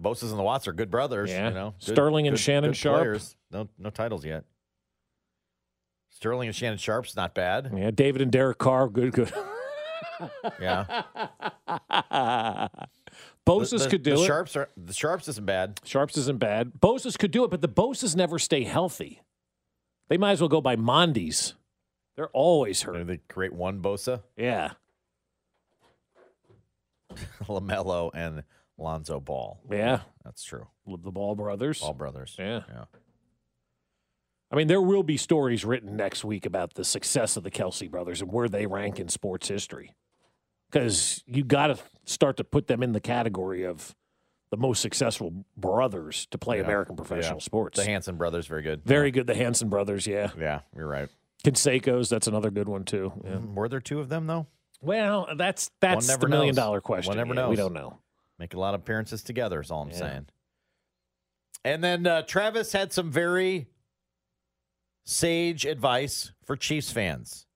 S1: Bosa's and the Watts are good brothers.
S2: Yeah.
S1: You know, Good-
S2: Sterling and
S1: good-
S2: Shannon
S1: good
S2: Sharp.
S1: players. No, no titles yet. Sterling and Shannon Sharp's not bad.
S2: Yeah, David and Derek Carr, good, good.
S1: Yeah.
S2: Bosa's
S1: the,
S2: could do
S1: the
S2: it.
S1: Sharps are the Sharps isn't bad.
S2: Sharps isn't bad. Bosa's could do it, but the Bosa's never stay healthy. They might as well go by Mondies. They're always hurt.
S1: The great one Bosa,
S2: Yeah,
S1: Lamelo, and Lonzo Ball.
S2: yeah.
S1: That's true.
S2: The Ball brothers.
S1: All brothers.
S2: Yeah.
S1: Yeah.
S2: I mean, there will be stories written next week about the success of the Kelsey brothers and where they rank in sports history. Because you got to start to put them in the category of the most successful brothers to play
S1: Yeah.
S2: American professional
S1: Yeah.
S2: sports.
S1: The Hanson brothers, very good.
S2: Very good. The Hanson brothers, yeah.
S1: Yeah, you're right.
S2: Conseco's, that's another good one too. Yeah.
S1: Were there two of them though?
S2: Well, that's that's
S1: never
S2: the million
S1: knows.
S2: dollar
S1: Mm-hmm. One
S2: question.
S1: never
S2: Yeah,
S1: knows.
S2: We don't know.
S1: Make a lot of appearances together is all I'm
S2: Yeah.
S1: saying. And then uh, Travis had some very sage advice for Chiefs fans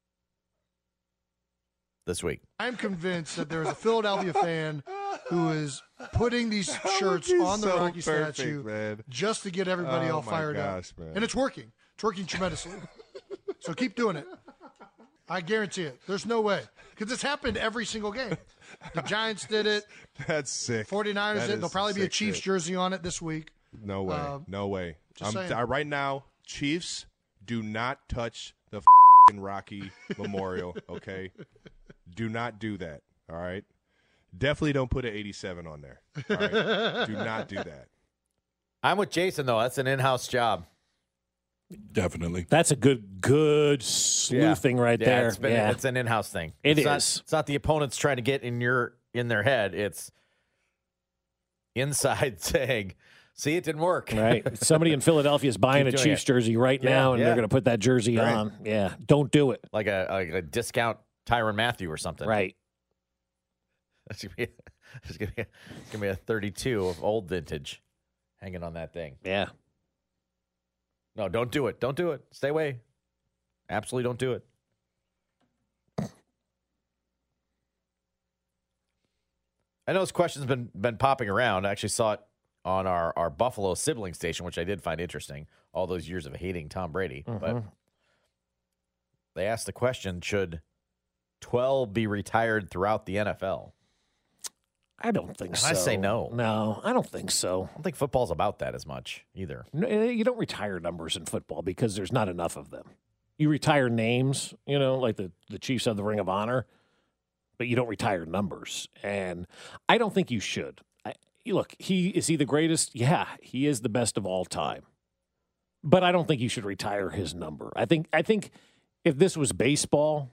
S1: this week.
S9: I'm convinced that there is a Philadelphia fan who is putting these shirts
S10: be
S9: on the
S10: so
S9: Rocky
S10: perfect,
S9: statue
S10: man.
S9: just to get everybody
S10: Oh
S9: all
S10: my
S9: fired
S10: gosh,
S9: up.
S10: man.
S9: And it's working. It's working tremendously. so keep doing it. I guarantee it. There's no way. Because it's happened every single game. The Giants did it.
S10: That's sick. That
S9: 49ers did it.
S10: is
S9: There'll probably be a
S10: sick
S9: Chiefs
S10: shit.
S9: jersey on it this week.
S10: No way.
S9: Uh,
S10: no way.
S9: just
S10: I'm,
S9: saying.
S10: I, right now, Chiefs, do not touch the fing Rocky Memorial, okay? Do not do that, all right? Definitely don't put an 87 on there. All right? do not do that.
S1: I'm with Jason though. That's an in-house job.
S6: Definitely.
S2: That's a good good sleuthing right
S1: Yeah,
S2: there.
S1: It's, been,
S2: yeah.
S1: it's an in-house thing.
S2: It
S1: it's Not,
S2: is.
S1: it's not the opponents trying to get in your in their head. It's inside saying, "See, it didn't work."
S2: right. Somebody in Philadelphia is buying a
S1: Keep doing
S2: Chiefs
S1: it.
S2: jersey right
S1: Yeah,
S2: now and
S1: yeah.
S2: they're going to put that jersey
S1: Right.
S2: on. Yeah. Don't do it.
S1: like a like a discount Tyron Matthew or something.
S2: Right.
S1: That's gonna be it's gonna be it's gonna be a 32 of old vintage hanging on that thing.
S2: Yeah.
S1: No, don't do it. Don't do it. Stay away. Absolutely don't do it. I know this question's been been popping around. I actually saw it on our, our Buffalo sibling station, which I did find interesting. All those years of hating Tom Brady, but
S2: Mhm.
S1: they asked the question: Should twelve be retired throughout the NFL?
S2: I don't think so.
S1: I say no.
S2: No, I don't think so.
S1: I don't think football's about that as much either.
S2: No, eh, you don't retire numbers in football because there's not enough of them. You retire names, you know, like the, the Chiefs have the Ring of Honor, but you don't retire numbers. And I don't think you should. I, you look, he is he the greatest? Yeah, he is the best of all time. But I don't think you should retire his number. I think I think if this was baseball,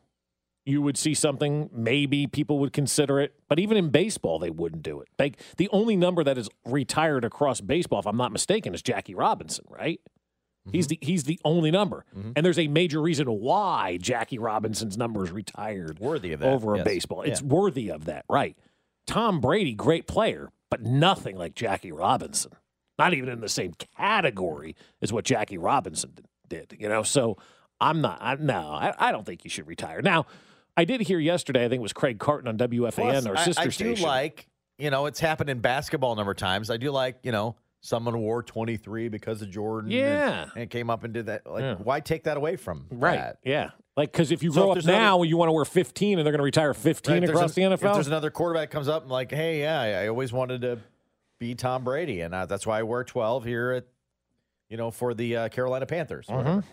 S2: you would see something. Maybe people would consider it, but even in baseball, they wouldn't do it. Like the only number that is retired across baseball, if I'm not mistaken, is Jackie Robinson, right? He's the he's the only number, and there's a major reason why Jackie Robinson's number is retired
S1: Worthy of that.
S2: over a
S1: yes.
S2: baseball. It's
S1: Yeah.
S2: worthy of that, right? Tom Brady, great player, but nothing like Jackie Robinson. Not even in the same category as what Jackie Robinson d- did, you know? So I'm not, I, no, I, I don't think you should retire. Now, I did hear yesterday, I think it was Craig Carton on WFAN,
S1: Plus,
S2: our
S1: I-
S2: sister
S1: I, do
S2: station.
S1: like, you know, it's happened in basketball a number of times. I do like, you know, someone wore 23 because of Jordan. and-
S2: Yeah.
S1: And, came up and did that. Like,
S2: Yeah.
S1: why take that away from
S2: right.
S1: that?
S2: Yeah. Like, because if you
S1: So
S2: grow
S1: if
S2: up
S1: there's
S2: now, you want to wear 15 and they're going to retire 15
S1: Right, if there's
S2: across
S1: an-
S2: the
S1: If
S2: NFL.
S1: there's another quarterback that comes up and like, hey, yeah, I, I always wanted to be Tom Brady, and uh that's why I wear 12 here at, you know, for the uh, Carolina Panthers. or whatever.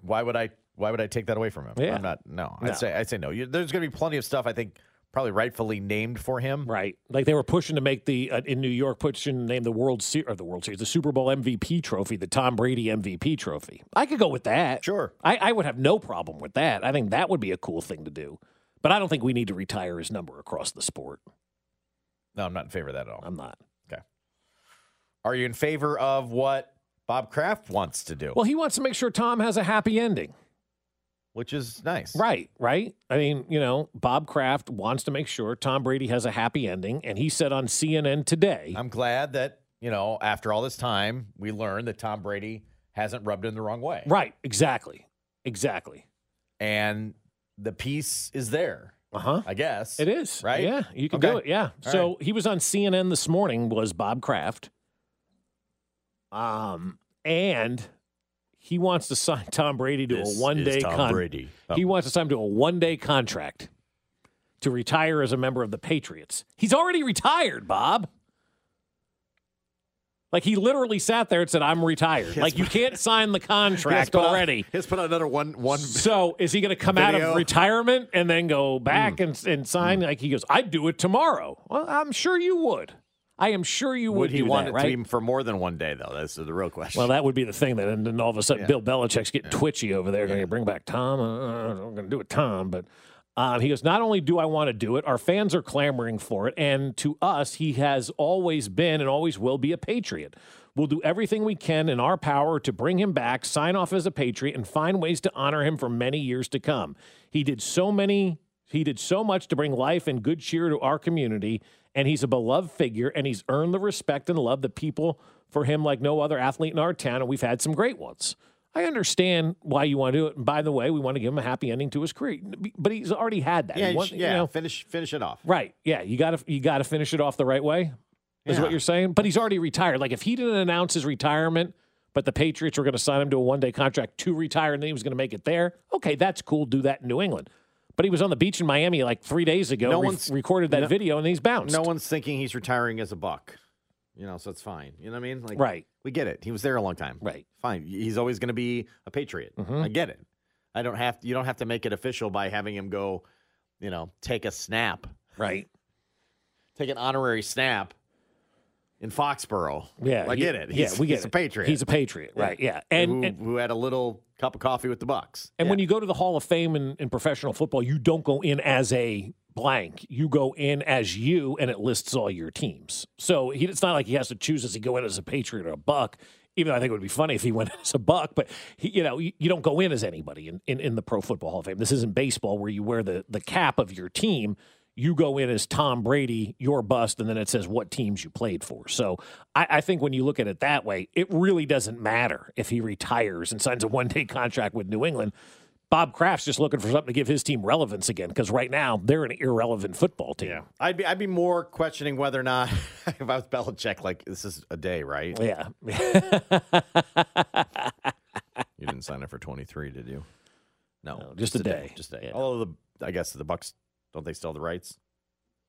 S1: Why would I? Why would I take that away from him?
S2: Mm-hmm. Yeah.
S1: I'm not. No,
S2: No.
S1: I'd say I'd say no. You, there's going to be plenty of stuff I think probably rightfully named for him.
S2: Right. Like they were pushing to make the uh, in New York pushing to name the World Se- or the World Series, the Super Bowl MVP trophy, the Tom Brady MVP trophy. I could go with that.
S1: Sure.
S2: I, I would have no problem with that. I think that would be a cool thing to do. But I don't think we need to retire his number across the sport.
S1: No, I'm not in favor of that at all.
S2: I'm not.
S1: Okay. Are you in favor of what Bob Kraft wants to do?
S2: Well, he wants to make sure Tom has a happy ending.
S1: Which is nice.
S2: Right, right. I mean, you know, Bob Kraft wants to make sure Tom Brady has a happy ending, and he said on CNN today,
S1: I'm glad that, you know, after all this time, we learned that Tom Brady hasn't rubbed in the wrong way.
S2: right, exactly, exactly.
S1: And the peace is there.
S2: Uh huh.
S1: I guess.
S2: It is
S1: Right?
S2: Yeah, you can
S1: Okay.
S2: do it. Yeah.
S1: All
S2: so
S1: right.
S2: he was on CNN this morning. Was Bob Kraft? Um, and he wants to sign Tom Brady to
S1: This
S2: a one day
S1: is Tom
S2: contract.
S1: Brady. Oh.
S2: He wants to sign him to a one day contract to retire as a member of the Patriots. He's already retired, Bob. Like he literally sat there and said, "I'm retired." like you can't sign the contract already.
S5: Let's put out another one. One.
S2: So is he going to come out
S5: Video. Hmm.
S2: of retirement and then go back and, and sign? Like he goes, I'd do it tomorrow. Well, I'm sure you would. I am sure you would.
S5: Would he
S2: do
S5: want
S2: that,
S5: it
S2: right?
S5: to him for more than one day, though? That's the real question.
S2: Well, that would be the thing. That and then all of a sudden, Bill Belichick's getting twitchy over there. Going to bring back Tom. Uh, I'm going to do it, Tom. But um, he goes. Not only do I want to do it, our fans are clamoring for it, and to us, he has always been and always will be a patriot. We'll do everything we can in our power to bring him back, sign off as a patriot, and find ways to honor him for many years to come. He did so many. He did so much to bring life and good cheer to our community, and he's a beloved figure, and he's earned the respect and love that people for him like no other athlete in our town, and we've had some great ones. I understand why you want to do it. And by the way, we want to give him a happy ending to his career, but he's already had that.
S5: yeah,
S2: He
S5: you
S2: won-
S5: sh-
S2: you
S5: yeah.
S2: know,
S5: finish, finish it off.
S2: right. Yeah, you gotta you gotta finish it off the right way, is
S5: Yeah.
S2: what you're saying. But he's already retired. Like if he didn't announce his retirement, but the Patriots were going to sign him to a one day contract to retire, and then he was going to make it there. Okay, that's cool. Do that in New England. But he was on the beach in Miami like three days ago.
S5: No
S2: re-
S5: one's-
S2: recorded that
S5: no-
S2: video, and he's bounced.
S5: No one's thinking he's retiring as a buck. You know, so it's fine. You know what I mean? Like,
S2: Right.
S5: We get it. He was there a long time.
S2: Right.
S5: Fine. He's always going to be a patriot.
S2: Mhm.
S5: I get it. I don't have. You don't have to make it official by having him go. You know, take a snap,
S2: Right.
S5: take an honorary snap in Foxborough.
S2: Yeah,
S5: I
S2: he-
S5: get it.
S2: yeah,
S5: He's,
S2: we get
S5: he's a
S2: it.
S5: patriot.
S2: He's a patriot, right? Yeah, and
S5: who,
S2: and,
S5: who had a little cup of coffee with the Bucks.
S2: and when you go to the Hall of Fame in, in professional football, you don't go in as a blank. You go in as you, and it lists all your teams. So he, it's not like he has to choose as he go in as a Patriot or a Buck. Even though I think it would be funny if he went as a Buck, but he, you know, you, you don't go in as anybody in, in in the Pro Football Hall of Fame. This isn't baseball where you wear the the cap of your team. You go in as Tom Brady, your bust, and then it says what teams you played for. So I, I think when you look at it that way, it really doesn't matter if he retires and signs a one day contract with New England Bob Kraft's just looking for something to give his team relevance again because right now they're an irrelevant football team. Yeah.
S5: I'd be I'd be more questioning whether or not if I was Belichick, like this is a day, right? You didn't sign up for twenty three, did you? No,
S2: No, just a day.
S5: Just a day.
S2: Yeah.
S5: Although the I guess the Bucks don't they still have the rights?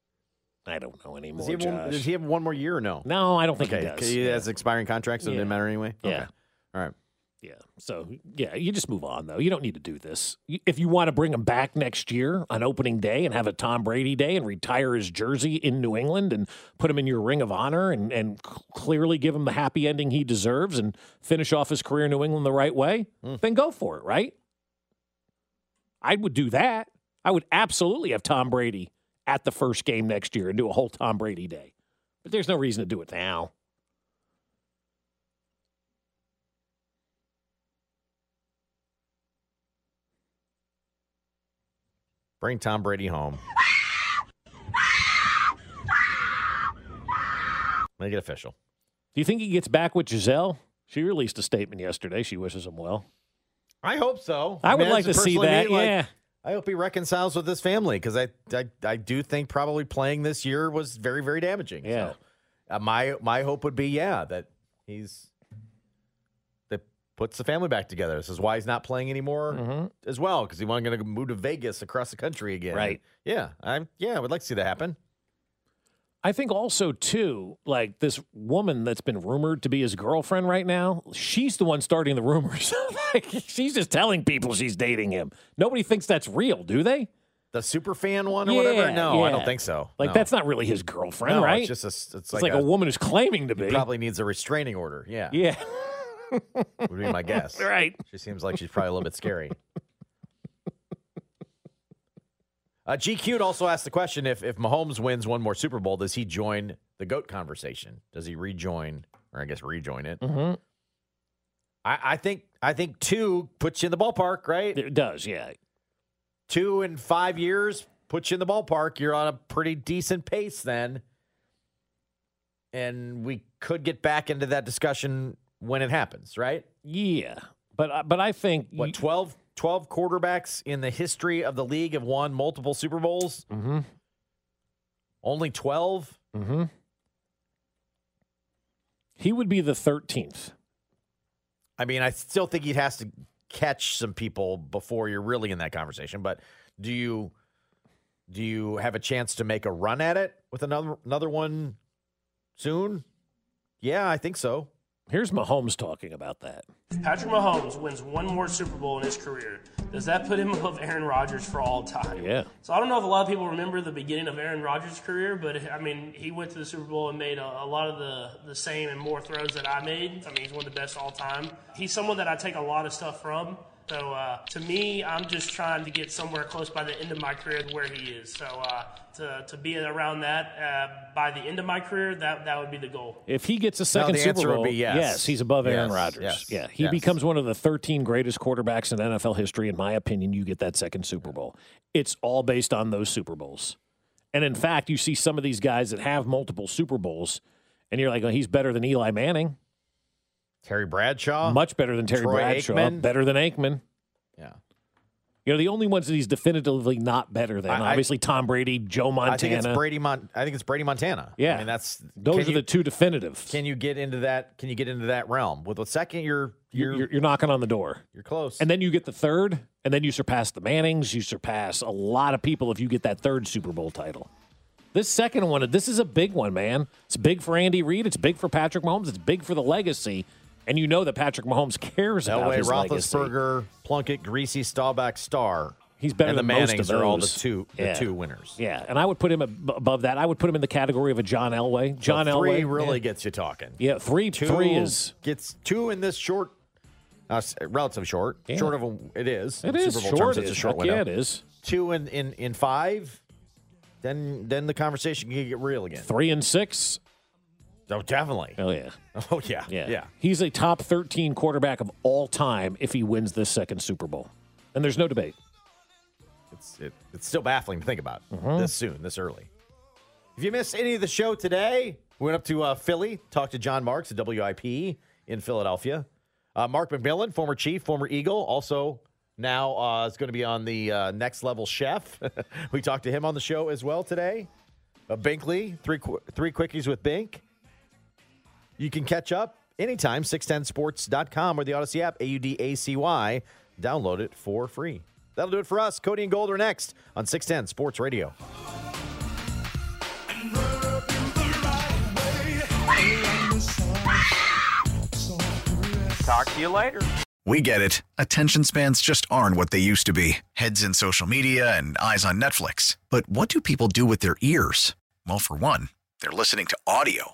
S2: I don't know
S5: Does
S2: anymore.
S5: he, have one,
S2: Josh.
S5: does he have one more year or no?
S2: no, I don't think
S5: okay,
S2: he
S5: 'cause
S2: does.
S5: He
S2: yeah.
S5: has expiring contracts, so it
S2: Yeah.
S5: didn't matter anyway.
S2: Yeah.
S5: Okay. All right.
S2: Yeah. So, yeah, you just move on, though. You don't need to do this. You- If you want to bring him back next year on opening day and have a Tom Brady day and retire his jersey in New England and put him in your ring of honor and, and c- clearly give him the happy ending he deserves and finish off his career in New England the right way,
S5: Hmm.
S2: then go for it, right? I would do that. I would absolutely have Tom Brady at the first game next year and do a whole Tom Brady day. But there's no reason to do it now.
S5: Bring Tom Brady home. Make it official.
S2: Do you think he gets back with Giselle? She released a statement yesterday. She wishes him well.
S5: I hope so.
S2: I would
S5: mean,
S2: like to
S5: just
S2: see
S5: personally
S2: that.
S5: me, like,
S2: yeah.
S5: I hope he reconciles with his family because I, I I do think probably playing this year was very very damaging.
S2: Yeah.
S5: So, uh, my my hope would be yeah that he's that puts the family back together. This is why he's not playing anymore
S2: Mm-hmm.
S5: as well because he wasn't going to move to Vegas across the country again.
S2: Right.
S5: Yeah. I yeah I would like to see that happen.
S2: I think also too, like this woman that's been rumored to be his girlfriend right now, she's the one starting the rumors. like, she's just telling people she's dating him. Nobody thinks that's real, do they?
S1: The superfan one or whatever?
S2: Yeah,
S1: No, I don't
S2: yeah.
S1: think so.
S2: Like
S1: No.
S2: that's not really his girlfriend,
S1: No,
S2: right?
S1: It's just a, it's,
S2: It's
S1: like,
S2: like a woman who's claiming to
S1: he
S2: be.
S1: Probably needs a restraining order. Yeah,
S2: yeah.
S1: would be my guess.
S2: Right.
S1: She seems like she's probably a little bit scary. Uh, GQ also asked the question: If if Mahomes wins one more Super Bowl, does he join the goat conversation? Does he rejoin, or I guess rejoin it?
S2: Mhm.
S1: I, I think I think two puts you in the ballpark, right?
S2: It does, yeah.
S1: Two in five years puts you in the ballpark. You're on a pretty decent pace then, and we could get back into that discussion when it happens, right?
S2: Yeah, but I- but I think
S1: What 12, 12 quarterbacks in the history of the league have won multiple Super Bowls?
S2: Mm-hmm.
S1: Only twelve.
S2: Mm-hmm. He would be the thirteenth.
S1: I mean, I still think he has to catch some people before you're really in that conversation. But do you do you have a chance to make a run at it with another another one soon? Yeah, I think so.
S2: Here's Mahomes talking about that.
S12: Patrick Mahomes wins one more Super Bowl in his career. Does that put him above Aaron Rodgers for all time?
S2: Yeah.
S12: So I don't know if a lot of people remember the beginning of Aaron Rodgers' career, but I mean, he went to the Super Bowl and made a, a lot of the, the same and more throws that I made. I mean, he's one of the best all time. He's someone that I take a lot of stuff from. So uh, to me, I'm just trying to get somewhere close by the end of my career to where he is. So uh, to, to be around that uh, by the end of my career, that, that would be the goal.
S2: If he gets a second
S1: the answer
S2: Super
S1: would
S2: Bowl,
S1: be yes.
S2: he's above Aaron
S1: Yes,
S2: Rodgers.
S1: yes,
S2: yeah, he
S1: yes.
S2: becomes one of the 13 greatest quarterbacks in NFL history, in my opinion. You get that second Super Bowl. It's all based on those Super Bowls, and in fact, you see some of these guys that have multiple Super Bowls, and you're like, oh, he's better than Eli Manning,
S1: Terry Bradshaw,
S2: much better than Terry
S1: Troy
S2: Bradshaw,
S1: Aikman.
S2: better than Aikman.
S1: Yeah.
S2: You know, the only ones that he's definitively not better than,
S1: I- I-
S2: obviously, Tom Brady, Joe Montana.
S1: I think it's Brady. Mon- I think it's Brady Montana.
S2: Yeah.
S1: I mean that's
S2: Those
S1: can
S2: are
S1: you-
S2: the two definitive.
S1: Can you get into that? Can you get into that realm with a second? You're you're
S2: You're, you're,
S1: you're,
S2: you're knocking on the door.
S1: close.
S2: And then you get the third, and then you surpass the Mannings. You surpass a lot of people if you get that third Super Bowl title. This second one, this is a big one, man. It's big for Andy Reid. It's big for Patrick Mahomes. It's big for the legacy. And you know that Patrick Mahomes cares about
S1: Elway,
S2: his legacy.
S1: Roethlisberger, Plunkett, Greasy, Staubach, Star.
S2: He's better
S1: and the
S2: than most
S1: Mannings
S2: of
S1: are all the
S2: those.
S1: two the
S2: Yeah.
S1: two winners.
S2: Yeah, and I would put him ab- above that. I would put him in the category of a John Elway. John
S1: So three
S2: Elway
S1: really
S2: Yeah.
S1: gets you talking.
S2: Yeah, three.
S1: Two
S2: three is
S1: gets two in this short, uh, s- relative short,
S2: Yeah.
S1: short of a, it is.
S2: it
S1: in
S2: is
S1: Super Bowl
S2: short.
S1: terms, it's a
S2: is-
S1: short
S2: heck yeah,
S1: window.
S2: it is
S1: Two in in in five, then then the conversation can get real again.
S2: three and six.
S1: Oh, definitely.
S2: Oh yeah.
S1: Oh yeah,
S2: Yeah.
S1: yeah.
S2: He's a top 13 quarterback of all time if he wins this second Super Bowl. And there's no debate.
S1: It's it, it's still baffling to think about
S2: Mm-hmm.
S1: this soon, this early. If you missed any of the show today, we went up to uh, Philly, talked to John Marks at WIP in Philadelphia. Uh, Mark McMillan, former chief, former Eagle, also now uh, is going to be on the uh, next level chef. we talked to him on the show as well today. Uh, Binkley, three qu- three quickies with Bink. You can catch up anytime, 610sports.com or the Odyssey app, A U D A C Y. Download it for free. That'll do it for us. Cody and Gold are next on 610 Sports Radio.
S13: Talk to you later.
S14: We get it. Attention spans just aren't what they used to be heads in social media and eyes on Netflix. But what do people do with their ears? Well, for one, they're listening to audio.